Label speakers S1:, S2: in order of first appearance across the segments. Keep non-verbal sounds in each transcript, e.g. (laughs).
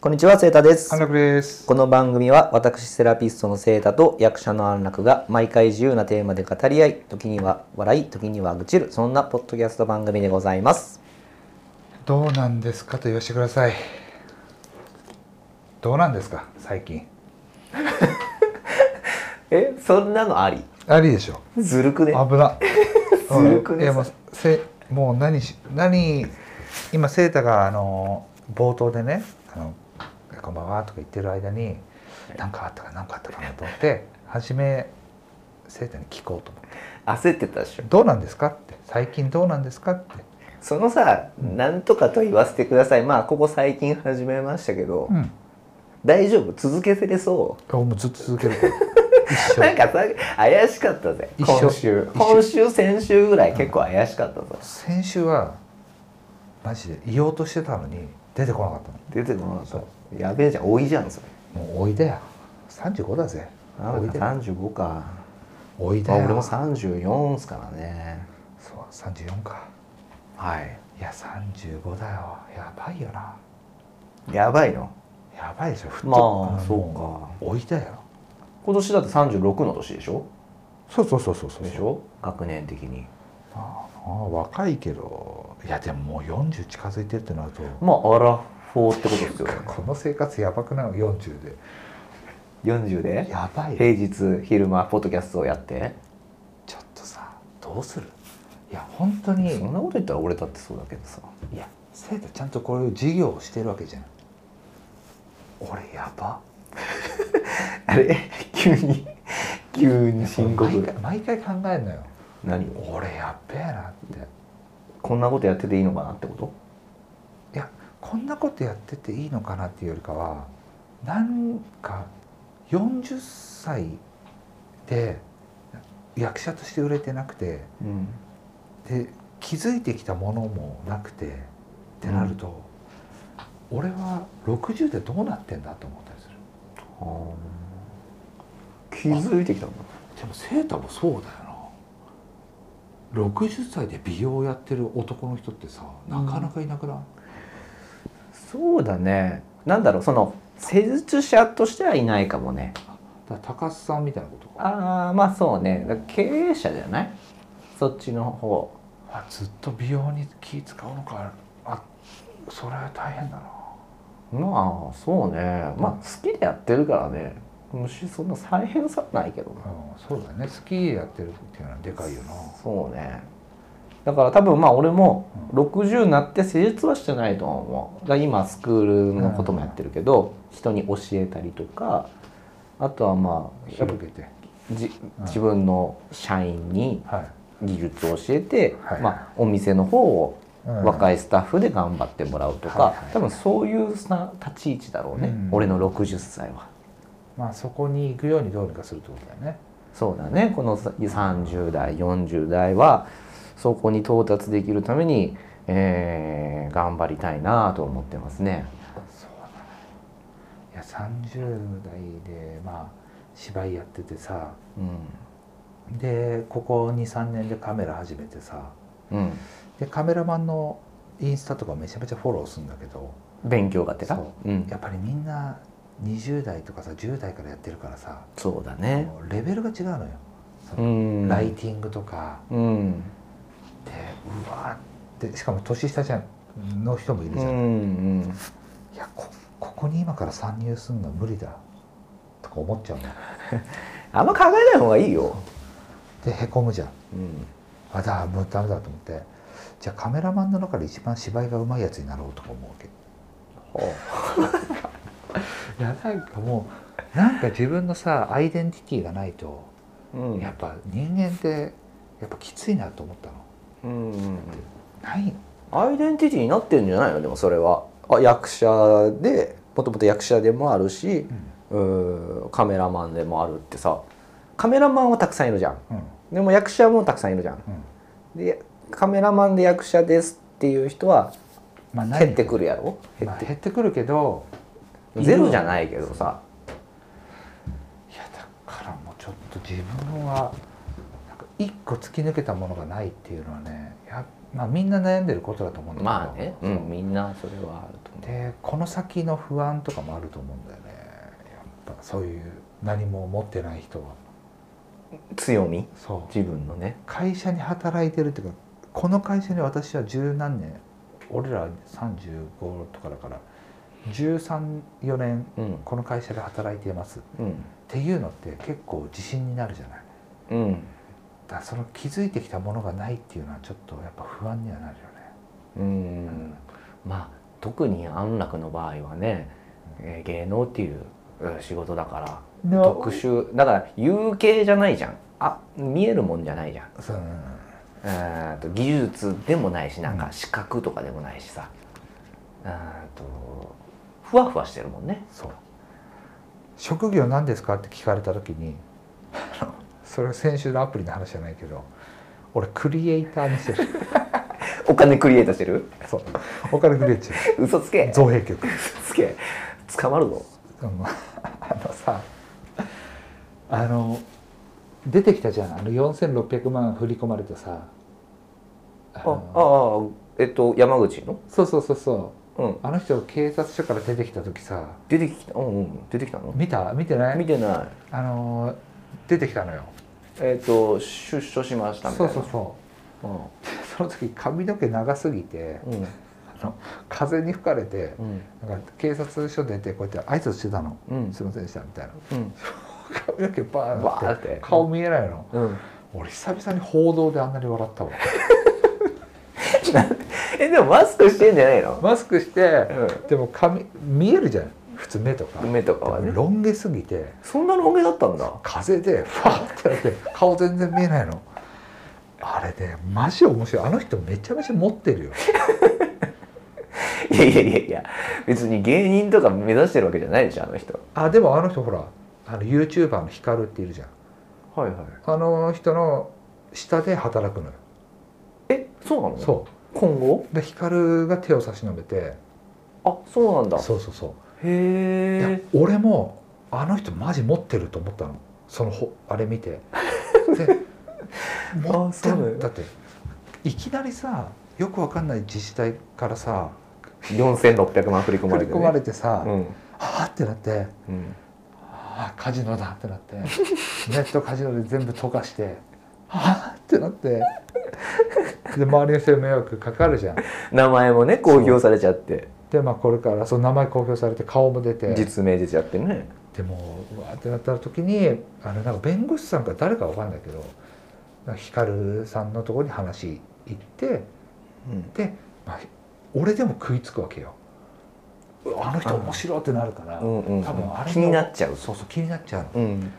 S1: こんにちは、セータです。
S2: 安楽です。
S1: この番組は私セラピストのセータと役者の安楽が毎回自由なテーマで語り合い、時には笑い、時には愚痴る、そんなポッドキャスト番組でございます。
S2: どうなんですかと言わせてください。どうなんですか最近。
S1: え、そんなのあり
S2: ありでしょ。
S1: ずるくね
S2: 危 (laughs) な。
S1: ずるくね
S2: いやもうせもう何し何今セータがあの冒頭でねあのこんばんはとか言ってる間に何かあったか何かあったかなと思って初めセータに聞こうと思って
S1: 焦ってたでしょ。
S2: どうなんですかって最近どうなんですかって。
S1: そのさ、なんとかと言わせてください。まあ、ここ最近始めましたけど、
S2: うん。
S1: 大丈夫続けてれそ
S2: もうずっと続ける (laughs) から。一
S1: う。なん
S2: 生。
S1: かさ、怪しかったぜ。
S2: 一緒
S1: 今週。
S2: 一緒
S1: 今週、先週ぐらい結構怪しかったぞ。
S2: 先週はマジで言おうとしてたのに出てこなかった
S1: 出てこなかった。やべえじゃん、多いじゃん、それ。
S2: の。もうおいでや。三十五だぜ。
S1: あ
S2: おいでよ。
S1: 35か、
S2: おいで
S1: まあ、
S2: よ。
S1: 俺も34っすからね
S2: そう三十四か。
S1: はい
S2: いや三十五だよ。やばいよな。
S1: やばいの
S2: やばいでしょ。ふっと
S1: まあ
S2: ん
S1: そう
S2: おいでよ。
S1: 今年だって36の年でしょ
S2: そうそうそうそうそう。
S1: でしょ学年的に
S2: ああ若いけどいやでももう四十近づいてるってなると。
S1: まあアラフォーってことですよ
S2: この生活やばくない四十で。
S1: 40で
S2: やばいよ。
S1: 平日昼間ポッドキャストをやって
S2: ちょっとさどうする。いや本当に。
S1: そんなこと言ったら俺だってそうだけどさ
S2: いや生徒ちゃんとこれを授業をしてるわけじゃん俺やば
S1: あれ (laughs) 急に急に深
S2: 毎
S1: 刻
S2: 回毎回考えるのよ
S1: 何
S2: 俺やっべえなって
S1: こんなことやってていいのかなってこと
S2: いやこんなことやってていいのかなっていうよりかはなんか40歳で役者として売れてなくて
S1: うん
S2: で気づいてきたものもなくてってなると、俺は60でどうなってんだと思ったりす
S1: 気
S2: る
S1: づいてきたもん
S2: でもセータもそうだよな60歳で美容やってる男の人ってさなかなかいなくない、
S1: そうだねなんだろうその施術者としてはいないかもね
S2: だから高須さんみたいなことか
S1: ああまあそうねだから経営者じゃないそっちの方
S2: あずっと美容に気使うのかあそれは大変だな
S1: まあそうねまあ好きでやってるからね虫そんな再編さないけどな
S2: うんそうだよねスキーやってるっていうのはでかいよな
S1: そうねだから多分まあ俺も
S2: う
S1: 60になって施術はしてないとは思うだから今スクールのこともやってるけど、人に教えたりとかあとはまあやっぱ
S2: 広げて
S1: じ
S2: うん
S1: 自分の社員に
S2: はい、
S1: 技術を教えて、
S2: はい
S1: まあ、お店の方を
S2: うん
S1: 若いスタッフで頑張ってもらうとか、
S2: はいはい
S1: 多分そういうさ立ち位置だろうね、
S2: うん
S1: 俺の60歳は
S2: まあそこに行くようにどうにかするってことだよね
S1: そうだねこのさ30代40代はそこに到達できるために、えー頑張りたいなと思ってますね
S2: そうだねいや30代でまあ芝居やっててさ
S1: う
S2: でここ23年でカメラ始めてさ
S1: ん、うん、
S2: でカメラマンのインスタとかめちゃめちゃフォローするんだけど
S1: 勉強がてら、
S2: そう
S1: ん、
S2: やっぱりみんな20代とかさ10代からやってるからさ
S1: そうだね
S2: もうレベルが違うのよ、そうの
S1: ん
S2: ライティングとか
S1: うん
S2: でうわーってしかも年下じゃんの人もいる
S1: う
S2: じゃん、い
S1: んうん
S2: やこここに今から参入するのは無理だとか思っちゃうの
S1: あんま考えない方がいいよ、
S2: でへこむじゃん
S1: うん、
S2: あだもうダメだと思ってじゃあカメラマンの中で一番芝居がうまいやつになろうとか思うわけ
S1: ほ
S2: いやなんかもうなんか自分のさアイデンティティがないと
S1: ううん
S2: やっぱ人間ってやっぱきついなと思ったの
S1: うんうんうん
S2: ない
S1: アイデンティティになってるんじゃないのでもそれはあ役者でもともと役者でもあるし、うーカメラマンでもあるってさカメラマンはたくさんいるじゃん
S2: うん
S1: でも役者もたくさんいるじゃん
S2: うん
S1: でカメラマンで役者ですっていう人は
S2: まあない
S1: 減ってくるやろ減
S2: ま
S1: っ
S2: あ
S1: て、
S2: 減ってくるけどいる
S1: ゼロじゃないけどさ
S2: いやだからもうちょっと自分はなんか一個突き抜けたものがないっていうのはねやまあ、みんな悩んでることだと思うんだけど、
S1: まあね、うん、みんなそれはあると思う
S2: でこの先の不安とかもあると思うんだよねやっぱそういう何も持ってない人は
S1: 強み
S2: そう
S1: 自分のね
S2: 会社に働いてるっていうかこの会社に私は十何年俺ら35とかだから134年
S1: うん
S2: この会社で働いていますっ
S1: うん
S2: ていうのって結構自信になるじゃない
S1: うん
S2: だからその気づいてきたものがないっていうのはちょっとやっぱ不安にはなるよね
S1: うん、
S2: ん
S1: まあ特に安楽の場合はね、えー芸能っていううん仕事だから特殊だから有形じゃないじゃんあ見えるもんじゃないじゃん
S2: そう
S1: えーと技術でもないしなんか資格とかでもないしさ、えーとふわふわしてるもんね
S2: そう職業何ですかって聞かれた時に (laughs) あのそれは先週のアプリの話じゃないけど俺クリエイターにしてる
S1: お金クリエイトしてる
S2: そうお金クリエイターして
S1: 嘘つけ
S2: る
S1: 嘘
S2: 造幣局
S1: つけ捕まるぞ
S2: うんあの (laughs) さあの出てきたじゃんあの4600万振り込まれたさあ
S1: ああ
S2: の
S1: あえっと山口の
S2: そうそうそうそう
S1: うん
S2: あの人警察署から出てきた時さ
S1: 出てきたうんうん出てきたの
S2: 見た見てない
S1: 見てない
S2: あの出てきたのよ
S1: えっと出所しましたみた
S2: そ
S1: いうな
S2: そうそう
S1: うん
S2: その時髪の毛長すぎて
S1: うん
S2: あの風に吹かれて
S1: うん
S2: なんか警察署出てこうやって挨拶してたの
S1: う
S2: 「
S1: ん
S2: すいませんでした」みたいな
S1: うん
S2: 髪の毛バ
S1: わ
S2: ーン
S1: ー
S2: っ
S1: ってて
S2: 顔見えないの
S1: うん、
S2: 俺久々に報道であんなに笑ったわ
S1: えでもマスクしてんじゃないの、
S2: マスクして
S1: う
S2: でも髪見えるじゃん普通目とか
S1: ん、目とかは
S2: でも
S1: ね
S2: ロン毛すぎて
S1: そんなロン毛だったんだ
S2: 風でファーってなって顔全然見えないのあれねマジ面白いあの人めちゃめちゃ持ってるよ
S1: いやいやいやいや別に芸人とか目指してるわけじゃないでしょあの人
S2: あでもあの人ほらあの YouTuber のヒカルっているじゃん
S1: はいはい
S2: あの人の下で働くのよ、
S1: えそうなの
S2: そ
S1: 今後
S2: うで光が手を差し伸べて
S1: あそうなんだ
S2: そうそうそ
S1: へ
S2: ういや
S1: え
S2: 俺もあの人マジ持ってると思ったのそのほあれ見
S1: (laughs)
S2: てで持って
S1: そうだ
S2: る
S1: よ
S2: だっていきなりさよくわかんない自治体からさ
S1: 4600万振り込
S2: 振
S1: ま
S2: り
S1: れて、ね、
S2: 込まれてさ、
S1: う
S2: は
S1: ん
S2: あってなって
S1: うん
S2: ああカジノだってなって
S1: (laughs)
S2: ネットカジノで全部溶かしてはあってなってで周りの人に迷惑かかるじゃん
S1: 名前もね公表されちゃって
S2: でまあこれからその名前公表されて顔も出て
S1: 実名出ちゃってね
S2: でもううわーってなった時にあのなんか弁護士さんか誰かわかんないけどなんか光さんのところに話行って
S1: うん
S2: で、まあ、俺でも食いつくわけようわあの人面白いってなるから、
S1: うんうん
S2: 多分あれの
S1: 気になっちゃう
S2: そうそう気になっちゃうの
S1: うん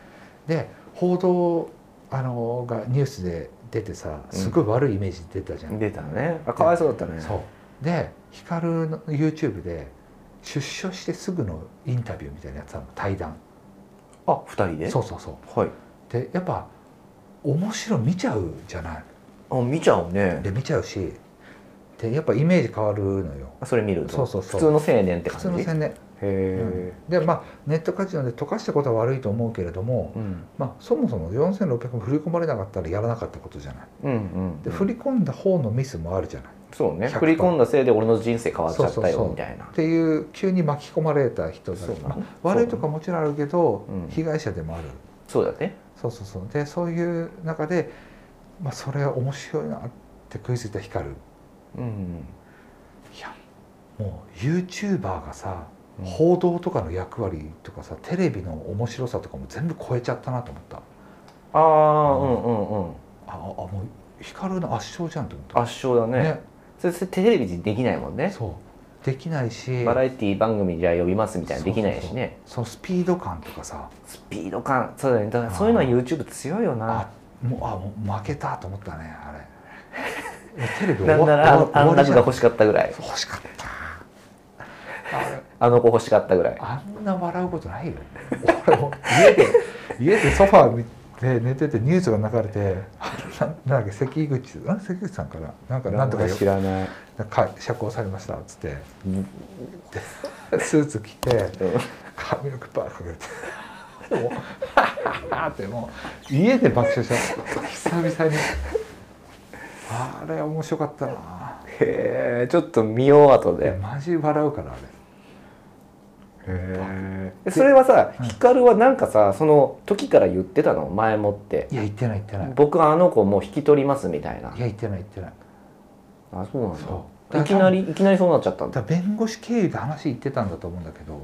S2: で報道あのがニュースで出てさすごい悪いイメージ出たじゃん、
S1: 出たねあかわいそうだったね
S2: そうで光の YouTube で出所してすぐのインタビューみたいなやつなの対談
S1: あ二人で
S2: そうそうそう
S1: はい
S2: でやっぱ面白い見ちゃうじゃない
S1: あ見ちゃうね
S2: で見ちゃうしでやっぱイメージ変わるのよ
S1: それ見ると
S2: そうそうそう
S1: 普通の青年って
S2: 普通
S1: 感
S2: の
S1: じ
S2: 宣伝
S1: へ
S2: でまあネットカジノで溶かしたことは悪いと思うけれども
S1: え、うん、
S2: まあ、そもそも4600も振り込まれなかったらやらなかったことじゃない
S1: うんうん
S2: で振り込んだ方のミスもあるじゃない
S1: そうね
S2: 100%
S1: 振り込んだせいで俺の人生変わっちゃっ
S2: そう
S1: た
S2: そうそ
S1: よ
S2: う
S1: みたいな
S2: っていう急に巻き込まれた人だ
S1: そうだね
S2: まあ悪いとかもちろんあるけど、
S1: うん
S2: 被害者でもある
S1: そうだね
S2: そうそうそうでそういう中で、まあ、それは面白いなって食いついた光る
S1: うん
S2: いやもう YouTuber がさ
S1: うん
S2: 報道とかの役割とかさテレビの面白さとかも全部超えちゃったなと思ったあ
S1: ああうんうんうん
S2: あもう光の圧勝じゃんと思った
S1: 圧勝だねそれそれテレビでできないもんね
S2: そうできないし
S1: バラエティ番組じゃあ呼びますみたいなできないしね
S2: そのスピード感とかさ
S1: スピード感そうだねだからそういうのは YouTube 強いよな
S2: あもうあもう負けたと思ったねあ (laughs) れもうテレビ終
S1: な
S2: わ
S1: んならあの
S2: 終わ終
S1: 安
S2: わり
S1: 楽
S2: じ
S1: が
S2: ゃん
S1: 欲しかったぐらい
S2: 欲しかったあれ
S1: あの子欲しかったぐらい
S2: あんな笑うことないよ。俺も家で家でソファーで寝ててニュースが流れて、ななんだっけ関口あ関口さんからなんかなんとかよ
S1: 知らない
S2: なんか釈放されましたっつって、でスーツ着て髪の毛バーかけて。でも (laughs) ハッハッハッってもう家で爆笑した久々にあれ面白かったな
S1: へえちょっと見よう後
S2: いや
S1: で
S2: マジ笑うからあれ
S1: へえそれはさ
S2: うん
S1: 光はなんかさその時から言ってたの前もって
S2: いや言ってない言ってない
S1: 僕あの子もう引き取りますみたいない
S2: や言ってない言ってない
S1: あそうなん
S2: そ
S1: だ
S2: う
S1: いきなりいきなりそうなっちゃったん
S2: だ
S1: だ
S2: から弁護士経由で話言ってたんだと思うんだけど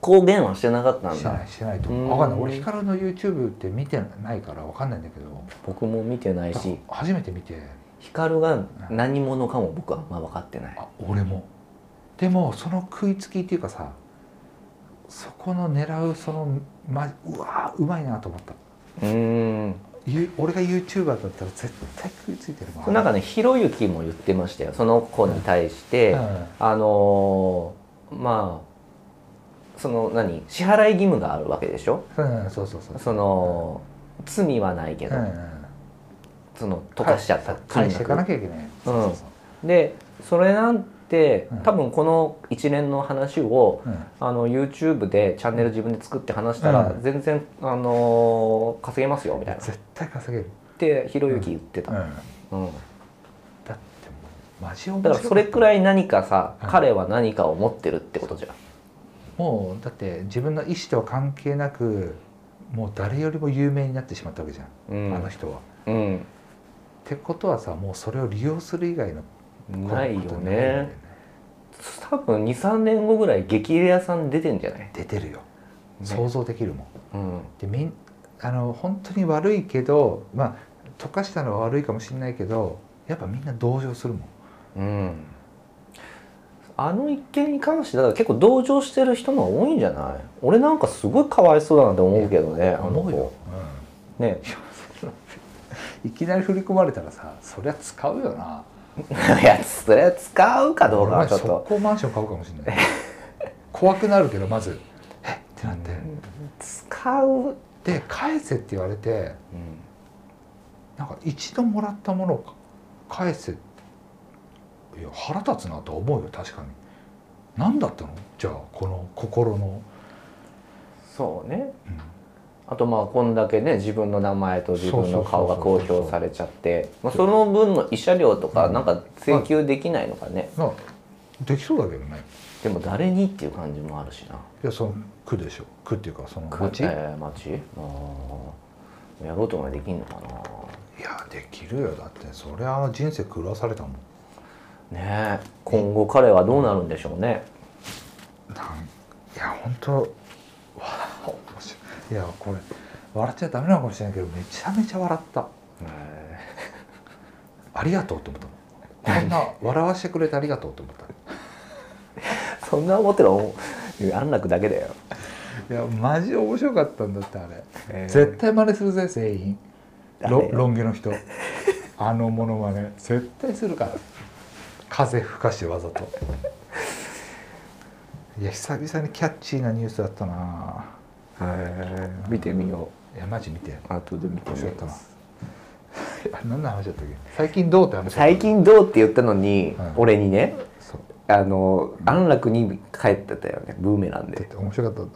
S1: 公言はしてなかったん
S2: してな
S1: だ
S2: いしてないと
S1: うん
S2: 思う分かんない俺ヒカルの YouTube って見てないから分かんないんだけど
S1: 僕も見てないし
S2: 初めて見て
S1: 光が何者かも僕はあんま分かってない
S2: あ俺もでもその食いつきっていうかさそこの狙うその、ま、うわーうまいなと思った
S1: うーん
S2: ゆ俺が YouTuber だったら絶対食いついてるもん
S1: なんかねひろゆきも言ってましたよその子に対して、
S2: うん
S1: あのーまあその何支払い義務があるわけでしょ
S2: うん、そうそうそう
S1: その罪はないけ
S2: う
S1: ど、
S2: んうん、
S1: その溶かしちゃった
S2: 返
S1: 金
S2: していかな
S1: 額
S2: きゃいけないそうそう
S1: でそれなんて
S2: うん
S1: 多分この一連の話を
S2: そううん
S1: あの YouTube でチャンネル自分で作って話したら、
S2: うん
S1: 全然、あのー稼げますよみたいなっ
S2: 絶対稼げる、
S1: てひろゆき言ってた、
S2: だっ
S1: うん
S2: てもうマジ面
S1: だ
S2: 白
S1: からそれくらい何かさ、
S2: うん
S1: 彼は何かを持ってるってことじゃん
S2: もうだって自分の意思とは関係なくもう誰よりも有名になってしまったわけじゃん、
S1: うん
S2: あの人は。
S1: うん、
S2: ってことはさもうそれを利用する以外のこと
S1: ないよ
S2: ことにるんだ
S1: ね多分23年後ぐらい激レアさん出てんじゃない、
S2: 出てるよ、想像できるもん。
S1: うん
S2: でみんあの本当に悪いけどまあ溶かしたのは悪いかもしれないけどやっぱみんな同情するもん。
S1: うん、あの一件に関してだから結構同情してる人の方が多いんじゃない俺なんかすごいかわいそうだなって思うけどねあの
S2: 思うよ
S1: 子、ね
S2: うんいきなり振り込まれたらさそりゃ使うよな。
S1: いやそれ使うかどうかはちょっ
S2: 速
S1: と
S2: 攻マンション買うかもしれない (laughs) 怖くなるけどまず「えっ?」てなって、
S1: 使う、
S2: で「返せ」って言われてなんか一度もらったものを返せいや腹立つなとは思うよ確かに何だったのじゃあこの心の、
S1: そうね
S2: うん
S1: あとまあこんだけね自分の名前と自分の顔が公表されちゃってまあその分の慰謝料とかなんか請求できないのかね、
S2: まあできそうだけどね
S1: でも誰にっていう感じもあるしない
S2: やその区でしょ区っていうかその町い
S1: え
S2: や
S1: ー町あーやろうともできんのかな
S2: できるよだってそりゃ人生狂わされたもん
S1: ねえ今後彼はどうなるんでしょうね
S2: なんいや本当わあ面白いいやこれ笑っちゃダメなのかもしれないけどめちゃめちゃ笑ったありがとうって思ったもんこんな笑わせてくれてありがとうって思った
S1: そんな思ってるの安楽だけだよ、
S2: いやマジ面白かったんだってあれ、絶対真似するぜ全員ロ
S1: 誰
S2: ロン毛の人あのモノマネ絶対するから風吹かしてわざといや久々にキャッチーなニュースだったな
S1: 見てみよ
S2: いやマジ見て
S1: う後で見て
S2: 面
S1: み
S2: 白
S1: よ
S2: かった
S1: う
S2: なあ (laughs) 何の話だったっけ最近どうって話だった
S1: 最近どうって言ったのに、
S2: うん
S1: 俺にね
S2: そう
S1: あの安楽に帰ってたよねブーメラン
S2: だっ
S1: で
S2: て面白かったの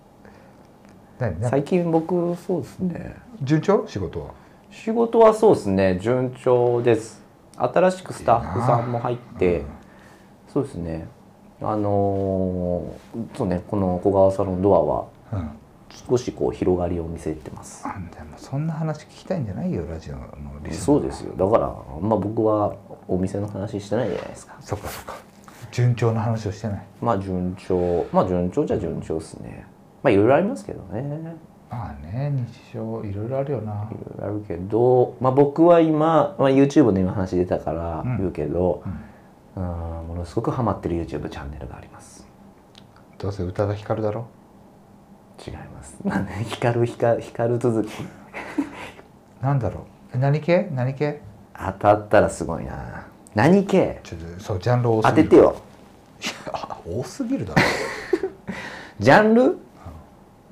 S2: (laughs) 何何
S1: 最近僕そうですね
S2: 順調仕事は
S1: 仕事はそうですね順調です新しくスタッフさんも入って、そうですねあのーそうねこの小川さんのドアは
S2: うんうん
S1: 少しこう広がりを見せてます
S2: あでもそんな話聞きたいんじゃないよラジオのリスナー
S1: そうですよだからあんま僕はお店の話してないじゃないですか
S2: そっかそっか順調な話をしてない
S1: まあ順調まあ順調じゃ順調ですねまあいろいろありますけどね
S2: まあね日常いろいろあるよない
S1: ろいろあるけど、まあ、僕は今、まあ、YouTube の今話出たから
S2: うん
S1: 言うけど
S2: うん、
S1: うん、ものすごくハマってる YouTube チャンネルがあります
S2: どうせ宇多田ヒカルだろ
S1: 違います (laughs) なんで光る光る光る続き
S2: なんだろうえ何系何系
S1: 当たったらすごいな何系
S2: ちょっとそうジャンル多
S1: 当
S2: すぎ
S1: て
S2: る
S1: てよ
S2: いや多すぎるだろ
S1: ジャンルう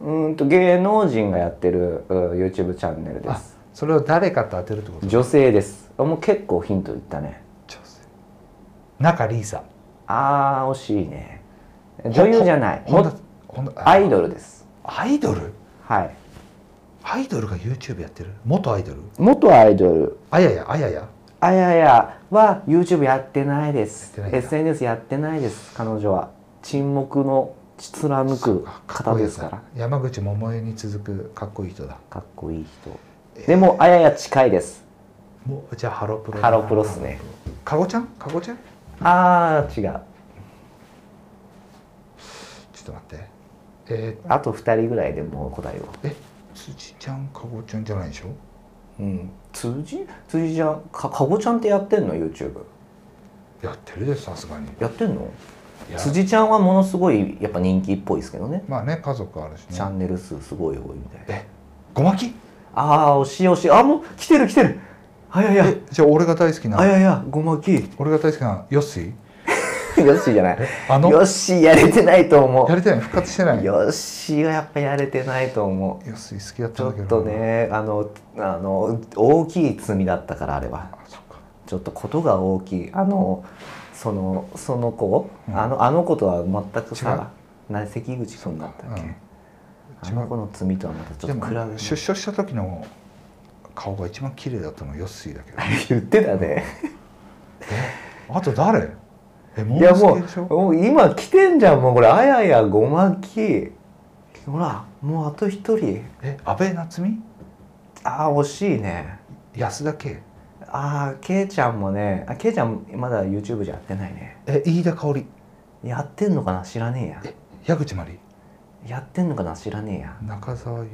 S1: ーんと芸能人がやってるうん YouTube チャンネルで
S2: あ
S1: す
S2: それを誰かと当てるってこと
S1: 女性ですあもう結構ヒントいったね
S2: 女性中リーサ
S1: あー惜しいね女優じゃない
S2: ほん
S1: も
S2: だほんだ
S1: アイドルです
S2: アイドル
S1: はい
S2: アイドルが YouTube やってる元アイドル
S1: 元アイドル
S2: あややあやや
S1: あややは YouTube やってないです
S2: やってないんだ
S1: SNS やってないです彼女は沈黙の貫く方ですから
S2: 山口百恵に続くかっこいい人だ
S1: かっこいい人でもあやや近いです
S2: もうじゃあハロプロだ
S1: ハロプロっすね
S2: かごちゃんかごちゃんちょ
S1: あー違う
S2: っと待ってえ
S1: あと2人ぐらいでもう答えを
S2: ー、え辻ちゃんかごちゃんじゃないでしょ
S1: うん辻辻ちゃんかかごちゃんってやってんの YouTube
S2: やってるでさすがに
S1: やってんの
S2: いや
S1: 辻ちゃんはものすごいやっぱ人気っぽいですけどね
S2: まあね家族あるし
S1: チャ
S2: ね
S1: ンネル数すごい多いみたいな
S2: えごまき
S1: ああ惜しい惜しいあもう来てる来てるあやや
S2: えじゃあ俺が大好きな
S1: あややごま
S2: (laughs)
S1: きよ
S2: 俺が大好きなヨッシー
S1: っしーじゃない
S2: あの
S1: よっしーやれてないと思
S2: やりたいの復活してないうヨ
S1: よっしーはやっぱやれてないと思
S2: ッシー好きだっ
S1: うち
S2: た
S1: ょ
S2: んだけ
S1: っ
S2: ど
S1: とねあのあの大きい罪だったからあれは
S2: あそっか
S1: ちょっとことが大きいあのそのその子、
S2: うん
S1: あのあの子とは全くさな関口君だったっけ、
S2: うん
S1: あの子の罪とはまたちょ
S2: で
S1: っと
S2: も
S1: 比べない
S2: 出所した時の顔が一番綺麗だったのはヨッシーだけ
S1: (laughs)
S2: ど
S1: 言ってたね
S2: あと誰えモ
S1: いや
S2: ン
S1: も
S2: スケでし
S1: う
S2: ょ
S1: もう今来てんじゃんもうこれあややごまきほらもうあと一人
S2: え安倍夏実
S1: ああ惜しいね
S2: 安田圭
S1: ああけいちゃんもねあけいちゃんまだ YouTube じゃやってないね
S2: え飯田香織
S1: やってんのかな知らねえ
S2: 矢口真理
S1: ややってんのかな知らねえや
S2: 中澤優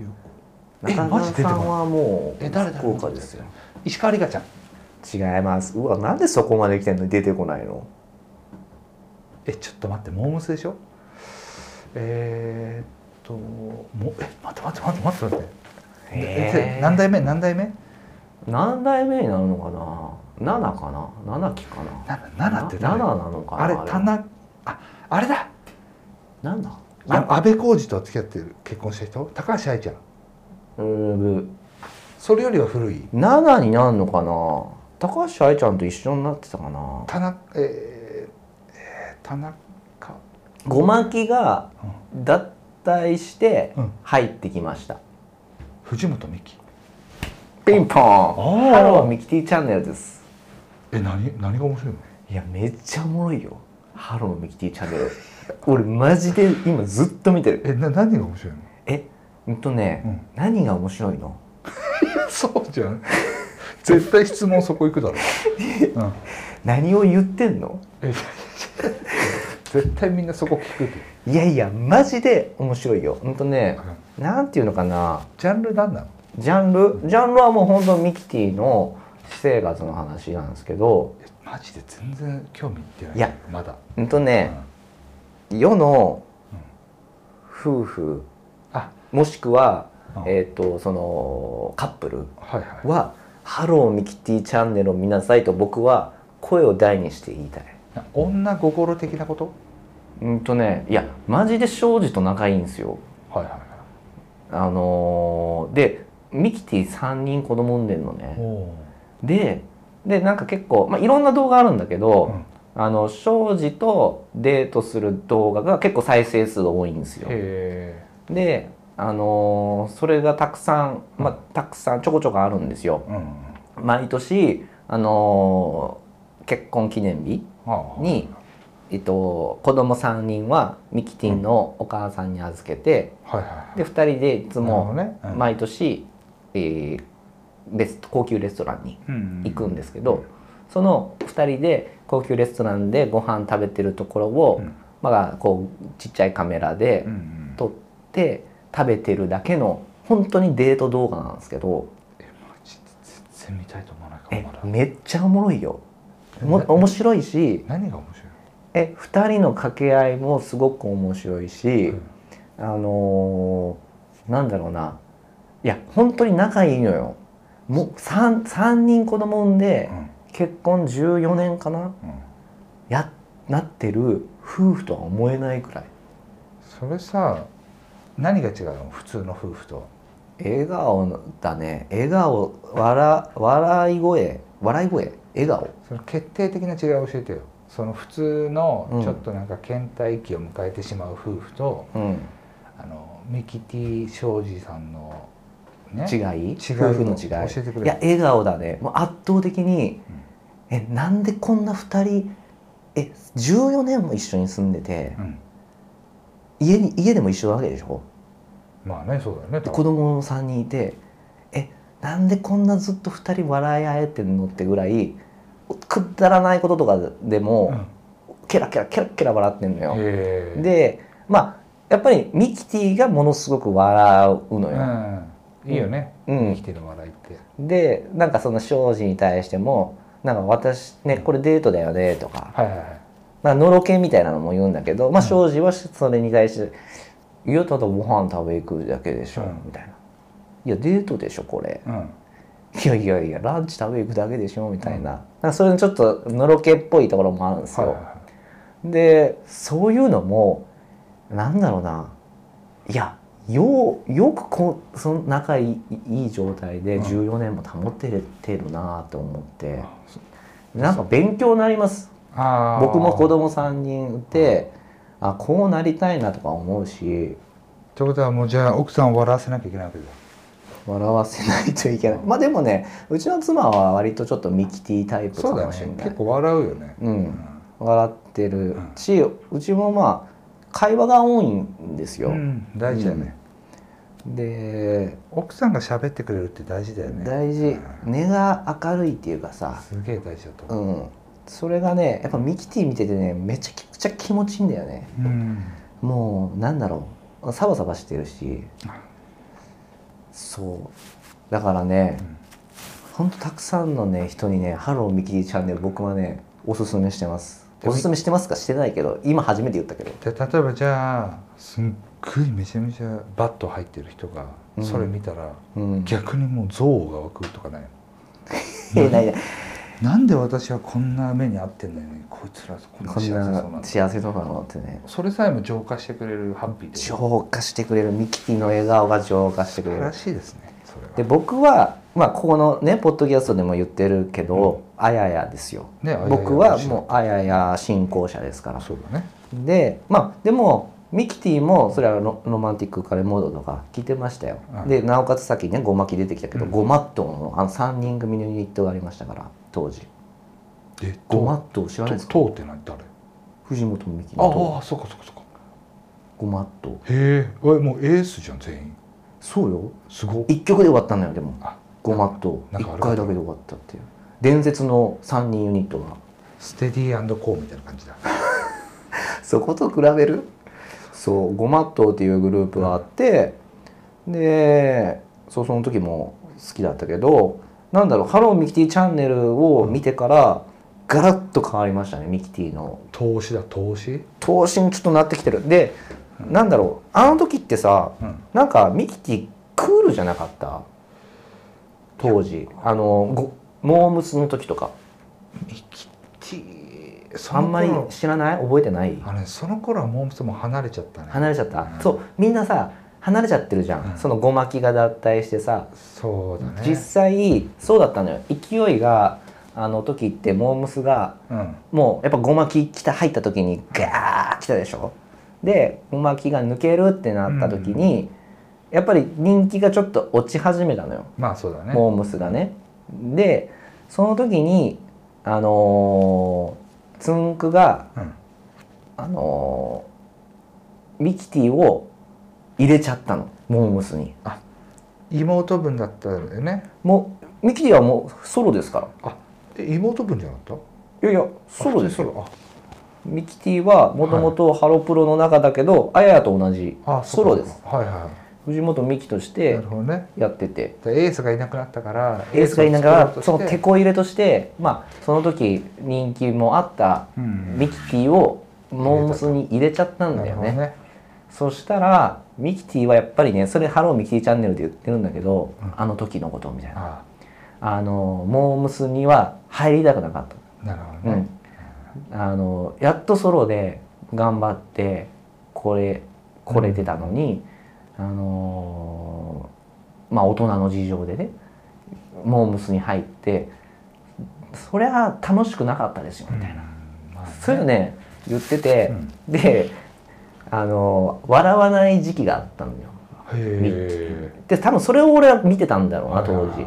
S2: 子え
S1: 中
S2: マ
S1: 澤
S2: ジ出て
S1: さ
S2: こない
S1: んはもう
S2: え誰誰
S1: 福岡ですよ
S2: 石川里香ちゃん
S1: 違いますうわなんでそこまで来てんのに出てこないの
S2: えちょっと待ってモームスでしょえー、っともえ待って待って待って待って待ってえ
S1: え
S2: 何代目何代目
S1: 何代目になるのかな7かな7期かな
S2: な七って
S1: な
S2: 誰
S1: なのかな
S2: あれ
S1: は
S2: 田中ああれだ
S1: なんだ
S2: あ安倍浩二と付き合ってる結婚した人高橋愛ちゃん
S1: うーん
S2: それよりは古い
S1: 7になるのかな高橋愛ちゃんと一緒になってたかな
S2: 田中えーえー、田中
S1: ごまきが脱退して
S2: うん
S1: 入ってきました、
S2: 藤本美貴
S1: ピンポーン
S2: あー
S1: ハローミキティチャンネルです
S2: え何何が面白いの
S1: いやめっちゃおもろいよハローミキティチャンネ
S2: (laughs)
S1: ル俺マジで今ずっと見てる
S2: えな何が面白いの
S1: えほんとね、
S2: うん
S1: 何が面白いの
S2: (laughs) そうじゃん絶対質問そこ行くだ (laughs) ろ、うん、
S1: 何を言ってんの
S2: え (laughs) 絶対みんなそこ聞くって
S1: いやいやマジで面白いよほんとねなんていうのかな
S2: ジャンル何なの
S1: ジャンルジャンルはもうほんとミキティの私生活の話なんですけど
S2: えマジで全然興味いってない
S1: いや
S2: まだ、
S1: ほんと
S2: う
S1: ね、
S2: ん
S1: 世の夫婦
S2: あ
S1: もしくは、
S2: うん
S1: えっ、とそのカップル
S2: はいはい
S1: は「ハローミキティチャンネルを見なさい」と僕は声を大にして言いたい。
S2: な女心的なこと
S1: うんとねいやマジで庄司と仲いいんですよ。
S2: はいはいは
S1: あのーでミキティ3人子供産んでんの
S2: いお
S1: ね。
S2: お
S1: ででなんか結構、まあ、いろんな動画あるんだけ
S2: ー、う
S1: ど、
S2: ん、
S1: あの庄司とデートする動画が結構再生数が多いんですよ。
S2: へ
S1: で、あのーそれがたくさん、まあ、たくさんちょこちょこあるんですよ
S2: え。うん
S1: 毎年、あのー結婚記念日
S2: ああ
S1: に、えっと、子供3人はミキティンのお母さんに預けて、
S2: はいはい
S1: で2人でいつも
S2: なるほどねうん
S1: 毎年、えーレス高級レストランに
S2: うん
S1: 行くんですけど、その2人で高級レストランでご飯食べてるところを、
S2: うん
S1: まあ、こうちっちゃいカメラで
S2: うんうん
S1: 撮って食べてるだけの本当にデート動画なんですけど
S2: えマジで全然見たいと思わないか
S1: え
S2: もまだ
S1: めっちゃおもろいよ。おも
S2: な
S1: 面白いし
S2: 何が面白い
S1: え2人の掛け合いもすごく面白いし、
S2: うん
S1: あのーなんだろうないや本当に仲いいのよ。もう 3, 三人子供産んで
S2: うん
S1: 結婚14年かな
S2: うん
S1: やなってる夫婦とは思えないくらい
S2: それさ何が違うの普通の夫婦と
S1: 笑顔だね笑顔笑笑い声笑い声笑顔
S2: その決定的な違いを教えてよその普通
S1: う
S2: の
S1: ん
S2: ちょっとなんか倦怠期を迎えてしまう夫婦と、
S1: うん
S2: あのミキティ庄司さんのね
S1: 違い
S2: 違い
S1: 夫婦の違い
S2: 教えてくれ
S1: いや笑顔だねもう圧倒的に
S2: うん
S1: えなんでこんな2人え14年も一緒に住んでて
S2: うん、
S1: 家に家でも一緒なわけでしょ
S2: まあねそうだよね
S1: で
S2: 多
S1: 子
S2: 分
S1: 供も3人いてえなんでこんなずっと2人笑い合えてんのってぐらいくだらないこととかで
S2: う
S1: も、
S2: ん
S1: ケラケラケラケラ笑ってんのよ。
S2: へえ
S1: でまあやっぱりミキティがものすごく笑うの
S2: う
S1: よ。
S2: んいいよね、
S1: うん
S2: 生きてる笑いって
S1: でなんかその庄司に対しても「なんか私ねこれデートだよね」とか
S2: はいはいはい
S1: なんかのろけみたいなのも言うんだけど、まあ、
S2: うん
S1: 庄司はそれに対して「いやただご飯食べ行くだけでしょ」
S2: うん
S1: みたいな「いやデートでしょこれ」
S2: うん
S1: いやいやいやランチ食べ行くだけでしょ」みたいな,、なんかそういうのちょっとのろけっぽいところもあるんです
S2: はい
S1: よ。
S2: はいは
S1: でそういうのもなんだろうないやようよくこその仲いいいい状態で
S2: うん
S1: 14年も保ててるなと思って
S2: あ、そ
S1: なんか勉強になります
S2: いあー
S1: 僕も子供3人いて、あこうなりたいなとか思うし
S2: ってことはもうじゃあ奥さんを笑わせなきゃいけないわけだ
S1: 笑わせないといけないまあでもねうちの妻は割とちょっとミキティタイプか
S2: そうだよ
S1: もしれ
S2: ね
S1: ない
S2: 結構笑うよね
S1: う
S2: うんん
S1: 笑ってる
S2: ん
S1: し、うちもまあ会話が多いんですよ、
S2: うん大事だよね、
S1: で
S2: 奥さんが喋ってくれるって大事だよね
S1: 大
S2: う
S1: 事
S2: ん
S1: 根が明るいっていうかさ
S2: すげえ大事だと
S1: う
S2: 思う、
S1: んそれがねやっぱミキティ見ててねめちゃくちゃ気持ちいいんだよね
S2: うん、
S1: もうなんだろうサバサバしてるしそうだからね、
S2: ん
S1: ほんとたくさんのね人にね「ハローミキティチャンネル」僕はねおすすめしてます
S2: で
S1: お
S2: も
S1: すすめしてますかしてないけど今初めて言ったけど
S2: で例えばじゃあすっごいめちゃめちゃバット入ってる人が
S1: うん
S2: それ見たら、
S1: うん (laughs)
S2: 逆にもう憎悪が湧くとかね
S1: いやいやいや
S2: なんで私はこんな目に遭ってんだよねこいつらこんな
S1: こん
S2: 幸せそうなん
S1: な
S2: だ
S1: 幸せそうだなってね
S2: それさえも浄化してくれるハッピーで
S1: 浄化してくれるミキティの笑顔が浄化してくれ
S2: 素晴
S1: る
S2: らしいですねそれは
S1: で僕は、まあ、ここのねポッドキャストでも言ってるけど、あややですよ
S2: ねあ
S1: 僕は
S2: やや
S1: もうあやや信仰者ですから
S2: そうだね
S1: でまあでもミキティもそれはロロマンティックカレーモードとか聞いてましたよ、
S2: うん
S1: でなおかつさっきねゴマキ出てきたけど、
S2: うん
S1: ゴマットンのあの3人組のユニットがありましたから当時
S2: で
S1: ゴマットン知らないですか
S2: と通ってない誰
S1: 藤本美貴
S2: あ
S1: の
S2: あそっかそっかそっか
S1: ゴマットン
S2: へえおいもうエースじゃん全員
S1: そうよ
S2: すごっ
S1: 1曲で終わったんだよでも
S2: あ
S1: ゴマットン
S2: なんか
S1: 1
S2: あれだ
S1: 回だけで終わったっていう伝説の3人ユニット
S2: (laughs)
S1: が
S2: ステディーコーみたいな感じだ
S1: そこと比べるそうゴマットっていうグループがあって、でそうその時も好きだったけどなんだろう「ハローミキティチャンネル」を見てから、ガラッと変わりましたねミキティの
S2: 投資だ投資
S1: 投資にちょっとなってきてるで、なんだろうあの時ってさ
S2: うん
S1: なんかミキティクールじゃなかった当時あのごモームスの時とか
S2: ミキティそ
S1: あ
S2: の
S1: んまり
S2: 頃
S1: 知らない覚えてない
S2: あのねその頃はモームスも離れちゃったね
S1: 離れちゃった、
S2: うん
S1: そうみんなさ離れちゃってるじゃん、
S2: うん
S1: そのゴマキが脱退してさ、
S2: そうだね
S1: 実際そうだったのよ勢いがあの時ってモームスが
S2: うん
S1: もうやっぱゴマキ来た入った時にガーッ来たでしょでゴマキが抜けるってなった時に、やっぱり人気がちょっと落ち始めたのよ、
S2: まあそうだね
S1: モームスがねでその時にあのーつんくが
S2: うん
S1: あのーミキティを入れちゃったのモームスに
S2: 妹分だったんだよね
S1: もうミキティはもうソロですから
S2: あえ妹分じゃなかっ
S1: いやいや
S2: た
S1: ソロです
S2: あ
S1: よ
S2: 普通にソロ
S1: ミキティはもともとハロプロの中だけど、あややと同じ
S2: ああ
S1: ソロです
S2: そうかはいは
S1: 藤本美貴とし
S2: いな
S1: て
S2: るほどね
S1: やってて
S2: でエースがいなくなったから
S1: エースがいながらそ
S2: そ
S1: の
S2: の
S1: テこ入れとしてまあその時人気もあった
S2: うん
S1: ミキティをモームスに入れちゃったんだよねそしたらミキティはやっぱりねそれ「ハローミキティチャンネル」で言ってるんだけど、
S2: うん
S1: あの時のことみたいな
S2: あ
S1: あのモームスには入りたくなかっ
S2: あなるほ
S1: た、
S2: ど
S1: う
S2: ね
S1: ん、あのやっとソロで頑張ってこれこれてたのに、あのーまあ大人の事情でねモームスに入ってそりゃ楽しくなかったですよみたいな、
S2: うんまあ
S1: そういうのね言ってて、
S2: うん
S1: であの笑わない時期があったんだよ
S2: へえ
S1: で多分それを俺は見てたんだろうな当時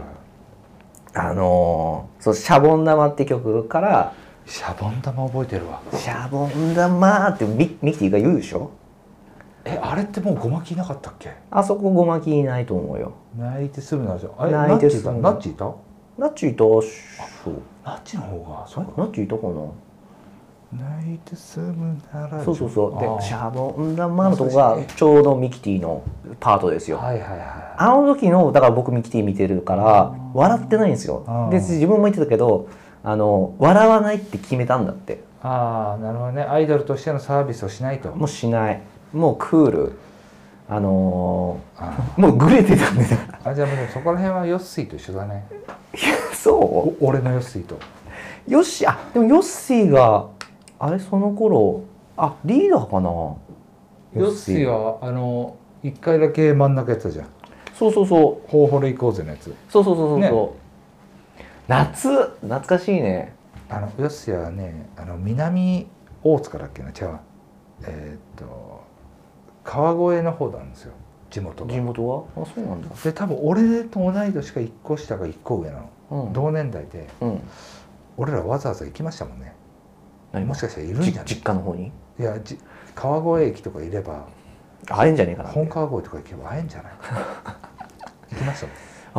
S1: あのーそう「シャボン玉」って曲から
S2: シャボン玉覚えてるわ
S1: 「シャボン玉」ってミミキティが言うでしょ
S2: えあれってもうごまきいなかったっけ
S1: あそこごまきいないと思うよ
S2: 泣いてすぐなんですよあれ
S1: 泣いてすぐ
S2: ナッチいたナ
S1: ナッ
S2: ッチ
S1: チいたっしょ
S2: いたナッチの方がそうか
S1: ナッチいたかな
S2: 泣いてすぐなら
S1: そうそうそう
S2: あー
S1: で「シャボン玉」のとこがちょうどミキティのパートですよ
S2: はいはいはい
S1: あの時のだから僕ミキティ見てるから笑ってないんです
S2: あ
S1: よ
S2: ー
S1: で自分も言ってたけどあの笑わないって決めたんだって
S2: ああなるほどねアイドルとしてのサービスをしないと
S1: もうしないもうクールあの
S2: あ
S1: ーもうグレてたんで (laughs) だか
S2: ーあじゃあもうそこら辺はヨッスイと一緒だね
S1: らそ
S2: お俺のヨッスイと
S1: うよしあでもヨッシーがあれその頃あリーダーかな
S2: ヨッスイはあの一回だけ真ん中やってたじゃん
S1: そうそうそう
S2: 「ホーホレ行こうぜ」のやつ
S1: そうそうそうそうそう、夏懐かしいね
S2: あのヨッスイはねあの南大塚だっけな違うわえーっと川越の方なんですよ地元が
S1: 地元はあそうなんだ
S2: で多分俺と同い年か1個下か1個上なの、
S1: うん
S2: 同年代で
S1: うん
S2: 俺らわざわざ行きましたもんね
S1: 何
S2: も
S1: も
S2: しかしたらいるんじ
S1: じ
S2: ゃない
S1: 実家の方に
S2: いやじ川越駅とかいれば
S1: 会えんじゃねえかな
S2: 本川越とか行けば会えん (laughs) じゃない行きましたも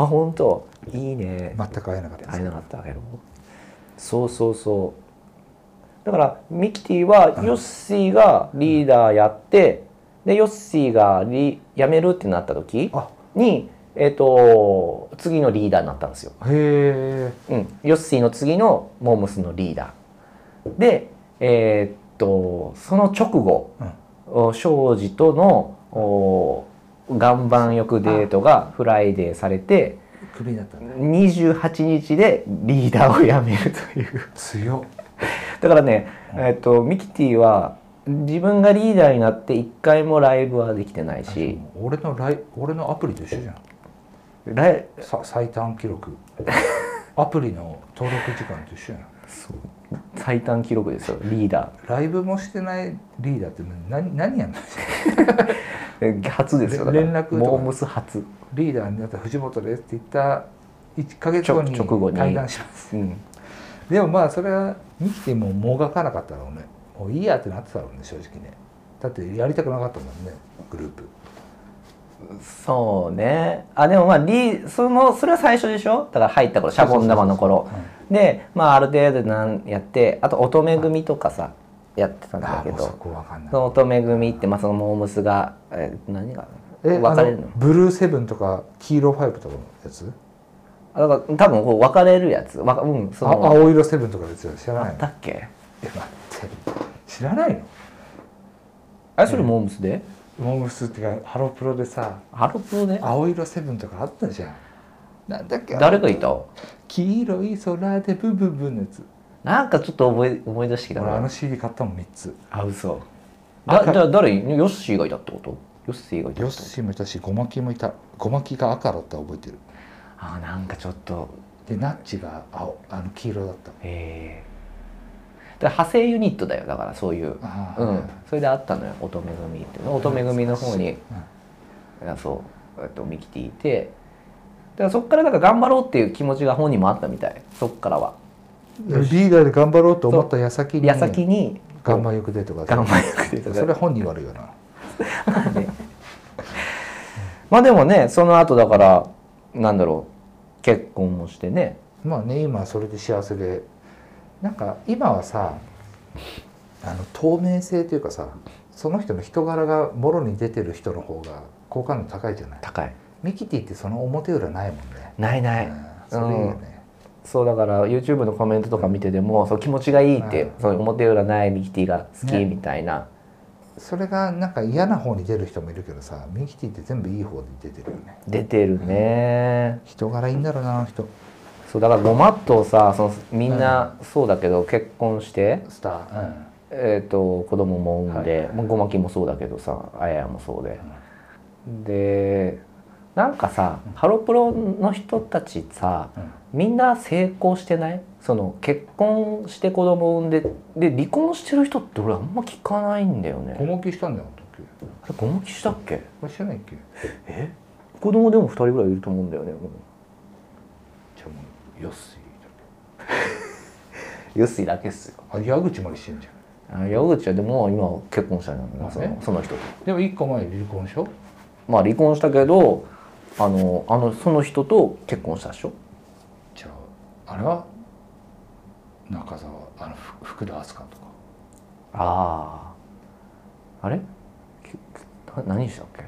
S1: あ本当いいね
S2: ん全く会えなかったです
S1: 会えなかったけどそうそうそうだからミキティはヨッシーがリーダーやって、でヨッシーがリ辞めるってなった時
S2: あ
S1: にえっ、と次のリーダーになったんですよ、
S2: へえ
S1: うん、ヨッシーの次のモームスのリーダーでえーっとその直後、
S2: うん
S1: お庄司とのお岩盤浴デートがフライデーされて
S2: クビになったね
S1: 28日でリーダーを辞めるという (laughs)
S2: 強っ
S1: だからね、
S2: うん
S1: えっとミキティは自分がリーダーになって一回もライブはできてないし
S2: 俺のライ俺のアプリと一緒じゃん
S1: ライ
S2: さ最短記 (laughs) 録アプリの登録時間と一緒やん
S1: 最短記録ですよリーダ
S2: ライブもしてないリーダーって何何やんの
S1: ーえ初ですよだから
S2: 連連絡とか
S1: モームス初、
S2: リーダーになった藤本ですって言った1か月後に
S1: ちょ直後に
S2: 対談します
S1: うん、
S2: でもまあそれはミキティももがかなかったろうねもういいやってなってたろうね正直ねだってやりたくなかったもんねグループ
S1: そうねあでもまあリそのそれは最初でしょだから入った頃シャボン玉の頃でまあある程度なんやってあと乙女組とかさやってたんだ
S2: ああ
S1: け
S2: もうそ
S1: ど
S2: こわかんない
S1: その乙女組って、まあ、そのモームスが、え何が
S2: え
S1: 分かれるの
S2: あブルーセブンとか黄色ファイブとかのやつ
S1: あだから多分こう分かれるやつわかうんそ
S2: あ
S1: の
S2: 青色セブンとかのやつ知らないの
S1: だっけ
S2: え待って知らないの
S1: あれそれモームスで、
S2: モームスっていうかハロプロでさ
S1: ハロプロで
S2: 青色セブンとかあったじゃんなんだっけあの
S1: 誰がいた
S2: 黄色い空でブブブのやつ
S1: なんかちょっと思い思い出してきた
S2: 俺あ
S1: な
S2: の CD 買ったもん3つ
S1: あ嘘だじゃあ誰ヨッシーがいたってことヨッシーがいた
S2: ヨ
S1: っ
S2: ッ
S1: てこと
S2: シーもいたしゴマキもいたゴマキが赤だったの覚えてる
S1: あなんかちょっと
S2: でナッチが青あの黄色だった
S1: ええだから派生ユニットだよだからそういう
S2: あー
S1: う
S2: はいはい
S1: んそれであったのよ乙女組っていうの乙女組の方に
S2: うん
S1: あそうえっとミキティいてだからそっからなんか頑張ろうっていう気持ちが本人もあったみたいそっからは
S2: リーダーで頑張ろうと思った矢先に
S1: 矢先に
S2: 岩盤浴デートがあった
S1: 頑張りなくて
S2: それ本人悪いよな
S1: まあでもねその後だからなんだろう結婚もしてね
S2: まあね今それで幸せでなんか今はさあの透明性というかさその人の人柄がもろに出てる人の方が好感度高いじゃない
S1: 高い
S2: ミキティってその表裏ないもんね、
S1: ないない、
S2: うんそれいいよね、
S1: そうだから YouTube のコメントとか見ててもそう気持ちがいいって、
S2: うん
S1: その表裏ないミキティが好き
S2: ね
S1: みたいな、
S2: それがなんか嫌な方に出る人もいるけどさミキティって全部いい方に出てるよね
S1: 出てるね、
S2: 人柄いいんだろうなあの人
S1: そうだからごまっとさそのみんなそうだけど結婚して、
S2: スター、うん、
S1: えー、と子供も産んで、もうごまきもそうだけどさあややもそうで、でなんかさハロプロの人たちさ、みんな成功してないその結婚して子供産んでで離婚してる人って俺あんま聞かないんだよ
S2: 小
S1: ね
S2: もきしたんだよあの時
S1: あれごまきしたっけ
S2: これ知らないっけ
S1: 子供でも2人ぐらいいると思うんだよねもう
S2: じゃあもう安いだ
S1: ゆすいだけっすよ
S2: けあ矢口までしてんじゃん
S1: あの矢口はでももう今結婚したじゃん、
S2: まあね
S1: そのその人と
S2: でも一個前離婚でしょ
S1: まあ離婚したけどあのあのその人と結婚したでしょ
S2: じゃああれは中澤あのふ福田明日香とか
S1: あああれききな何したっけ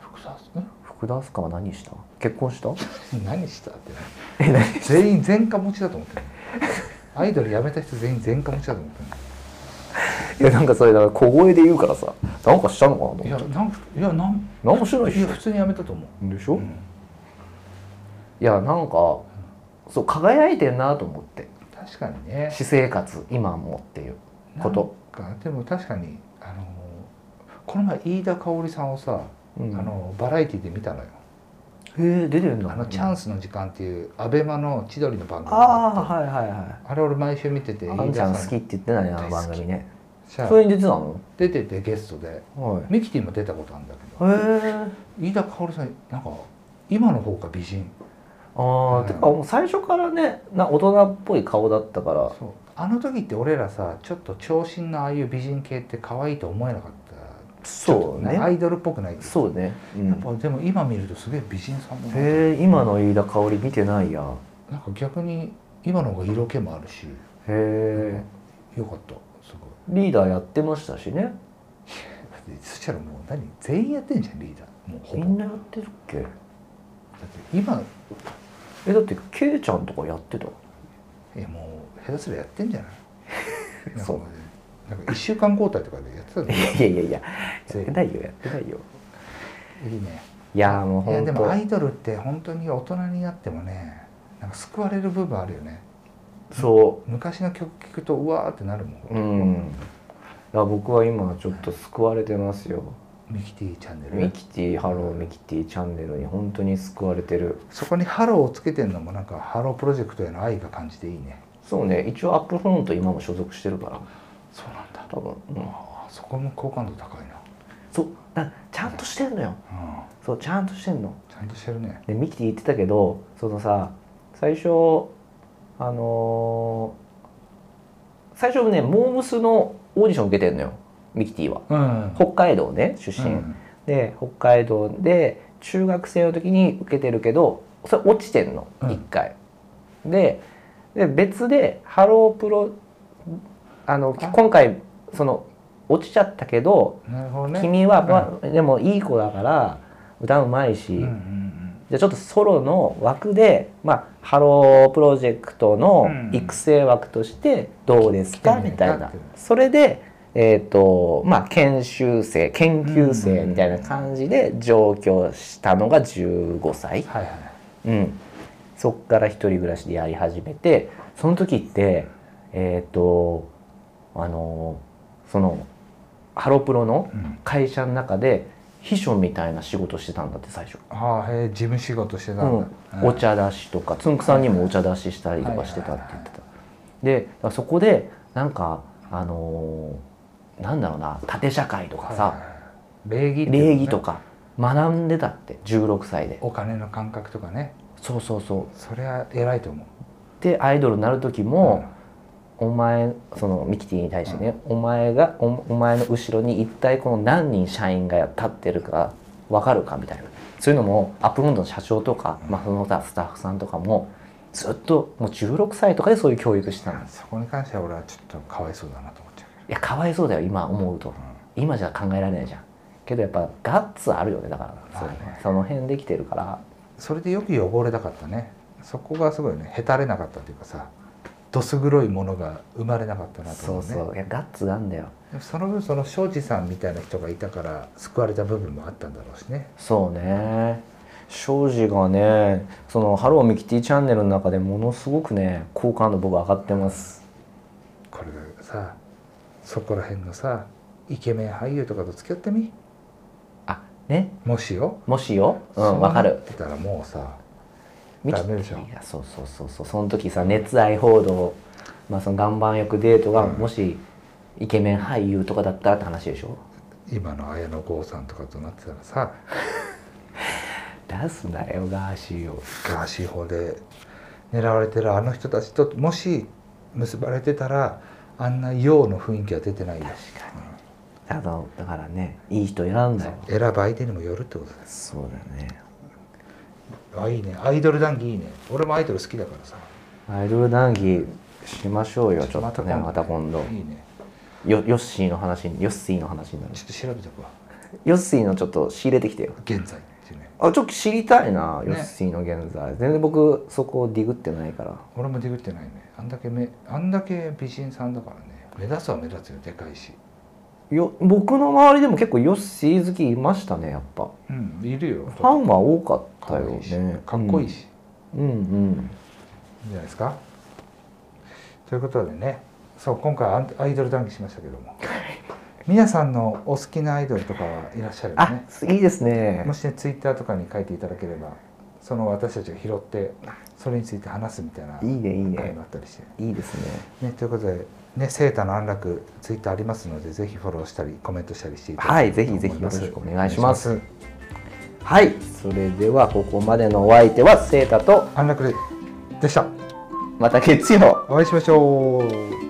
S2: 福田明日
S1: 福田明日香は何した結婚した (laughs)
S2: 香ん (laughs) 何したって全員前科持ちだと思ってるアイドル辞めた人全員前科持ちだと思っ
S1: い
S2: て
S1: やなんかそれだから小声で言うからさなんかしたのかなと
S2: る
S1: 思
S2: いや
S1: っちゃう
S2: なんかいやなん
S1: 何もしてないで
S2: い
S1: し
S2: や普通に辞めたと思
S1: ょでし
S2: う、
S1: ょ、いやなんかそう輝いてんなと思って
S2: 確かにね
S1: 私生活今もっていうこと、
S2: なんかでも確かにあのこの前飯田香織さんをさ、
S1: うん
S2: あのバラエティで見たのよ
S1: へえ出てるん
S2: 「
S1: だ
S2: あのチャン
S1: ス
S2: スの時間」っていうアベマの千鳥の番組が
S1: あ
S2: あ
S1: あ
S2: って
S1: はいはいは
S2: あれ俺毎週見てて
S1: いあんちゃん好き
S2: 飯
S1: って言ってないねあの
S2: 大好き
S1: 番組ねそ
S2: 田さん
S1: れに出てたの
S2: 出ててゲストで
S1: はい
S2: ミキティも出たことあるんだけど
S1: へえ
S2: 飯田香織さんなんか今の方が美人
S1: ああ、
S2: うん
S1: てかもう最初からねな大人っぽい顔だったから
S2: そうあの時って俺らさちょっと長身のああいう美人系って可愛いと思えなかった
S1: そう
S2: ちょっとア
S1: ね
S2: イドルっぽくない
S1: そうね、うん
S2: やっぱでも今見るとすげえ美人さんもなんか
S1: へえ今の飯田香織見てないや
S2: なんか逆に今の方が色気もあるし
S1: へえ
S2: よかったすご
S1: リーダーやってましたしね
S2: いそしたらもう何全員やってんじゃんリーダーもうほ
S1: み
S2: ぼ
S1: んなやってるっけ
S2: だって今
S1: えだってケイちゃんとかやってた
S2: いやもう下手すらやってん (laughs) じゃないなんか
S1: そう
S2: なんか1週間交代とかでやってたの
S1: いやいやいやや
S2: 全
S1: って
S2: 員
S1: ないよやってないよ
S2: いいね
S1: いやーもう
S2: いや
S1: 本
S2: で
S1: 当
S2: もアイドルって本当に大人になってもねなんか救われる部分あるよね
S1: そ
S2: 昔の曲聴くとうわーってなるも、
S1: ううんんいや僕は今ちょっと救われてますよ
S2: ミキティチャンネ
S1: ミ
S2: ル
S1: キティハローミキティチャンネルに本当に救われてる
S2: そこにハローをつけてんのもなんかハロープロジェクトへの愛が感じていいね
S1: そうね一応アップフロント今も所属してるから
S2: そうなんだ
S1: 多分、うん、
S2: あーそこも好感度高いな
S1: そうだちゃんとしてんのよ
S2: うん
S1: そうちゃんとしてんの
S2: ちゃんとしてるね
S1: でミキティ言ってたけどそのさ最初あのー最初ねモームスのオーディション受けてんのよミキティは
S2: うん
S1: 北海道ね出身、で北海道で中学生の時に受けてるけどそれ落ちてんの
S2: うん
S1: 一回、でで別でハロープロあの
S2: あ
S1: 今回その落ちちゃったけど、
S2: なるほどね
S1: 君は、まあでもいい子だから歌うまいし、
S2: うんうんうん
S1: じゃあちょっとソロの枠で、まあ、ハロープロジェクトの
S2: うん
S1: 育成枠としてどうですか、
S2: うん
S1: みたい
S2: なっ
S1: な
S2: てる
S1: それで、えーとまあ、研修生研究生みたいな感じで上京したのが15歳、
S2: はいはい
S1: うん、そっから一人暮らしでやり始めてその時ってえっ、とあのそのハロプロの
S2: うん
S1: 会社の中で秘書みたいな仕事してたんだって最初。
S2: ああへえ事務仕事してたんだ、
S1: うん、お茶出しとかつんくさんにもお茶出ししたりとかしてたって言ってたでだからそこでなんかあのーなんだろうな縦社会とか
S2: はい
S1: さ
S2: はいはい礼儀っていうのね
S1: 礼儀とか学んでたって16歳で
S2: お金の感覚とかね
S1: そうそうそう
S2: それは偉いと思う
S1: でアイドルになる時も、お前そのミキティに対してね、お前がおお前の後ろに一体この何人社員が立ってるか分かるかみたいなそういうのもアップロンドの社長とか、まあ、その他スタッフさんとかもずっともう16歳とかでそういう教育してた
S2: うんん
S1: です
S2: そこに関しては俺はちょっとかわいそうだなと思っちゃう
S1: いやかわいそうだよ今思うと、今じゃ考えられないじゃんけどやっぱガッツあるよねだからそ,、
S2: まあね
S1: その辺できてるから
S2: それでよく汚れたかったねそこがすごいねへたれなかったっていうかさどす黒いものが生まれなかったなと
S1: そ
S2: 思
S1: う
S2: うね
S1: そういやガッツがあんだよ
S2: でもその分その庄司さんみたいな人がいたから救われた部分もあったんだろうしね
S1: そうね庄司がねその「ハローミキティチャンネル」の中でものすごくね好感度僕上がってます
S2: これがさそこら辺のさイケメン俳優とかと付き合ってみ
S1: あね
S2: もしよ
S1: もしよう
S2: そ
S1: んわか
S2: なっ
S1: る
S2: てたらもうさ
S1: ミキ
S2: ダメでしょ
S1: いやそうそうそうそうその時さ熱愛報道まあその岩盤浴デートがもしイケメン俳優とかだったらって話でしょ
S2: 今の綾野剛さんとかとなってたらさ
S1: 出すなよガーシーを
S2: ガーシー法で狙われてるあの人たちともし結ばれてたらあんなようの雰囲気は出てないよ
S1: だとだからねいい人選んだよ
S2: 選ぶ相手にもよるってことだよ
S1: そうだね
S2: あいいねアイドル談義いいね俺もアイドル好きだからさ
S1: アイドル談義しましょうよちょっとねまた今度
S2: いいね
S1: よヨッシーの話にヨッシーの話になる
S2: ちょっと調べとくわ
S1: ヨッシーのちょっと仕入れてきてよ
S2: 現在っていうね
S1: あちょっと知りたいな、
S2: ね
S1: ヨッシーの現在全然僕そこをディグってないから
S2: 俺もディグってないねあんだけめあんだけ美人さんだからね目立つは目立つよでかいし
S1: よ僕の周りでも結構ヨッシー好きいましたねやっぱ
S2: うんいるよ
S1: ファンは多かった
S2: か
S1: よ
S2: っこいいし
S1: ね
S2: かっこいい、し、
S1: うん、うんうん
S2: いいんじゃないですかということでねそう今回アンアイドル談義しましたけども皆さんのお好きなアイドルとかはいらっしゃるよ
S1: あ
S2: ね
S1: いいですね
S2: もしねツイッターとかに書いていただければその私たちが拾ってそれについて話すみたいない
S1: いねいい
S2: 会
S1: ね
S2: があったりして
S1: いいですね
S2: ね、ということで、ね、セーターの安楽ツイッターありますのでぜひフォローしたりコメントしたりしていただければ
S1: はいぜひぜひ
S2: と思ます
S1: よろしくお願いします
S2: お願いし
S1: はいそれではここまでのお相手はセータと
S2: ます安楽でした
S1: また月曜
S2: お会いしましょう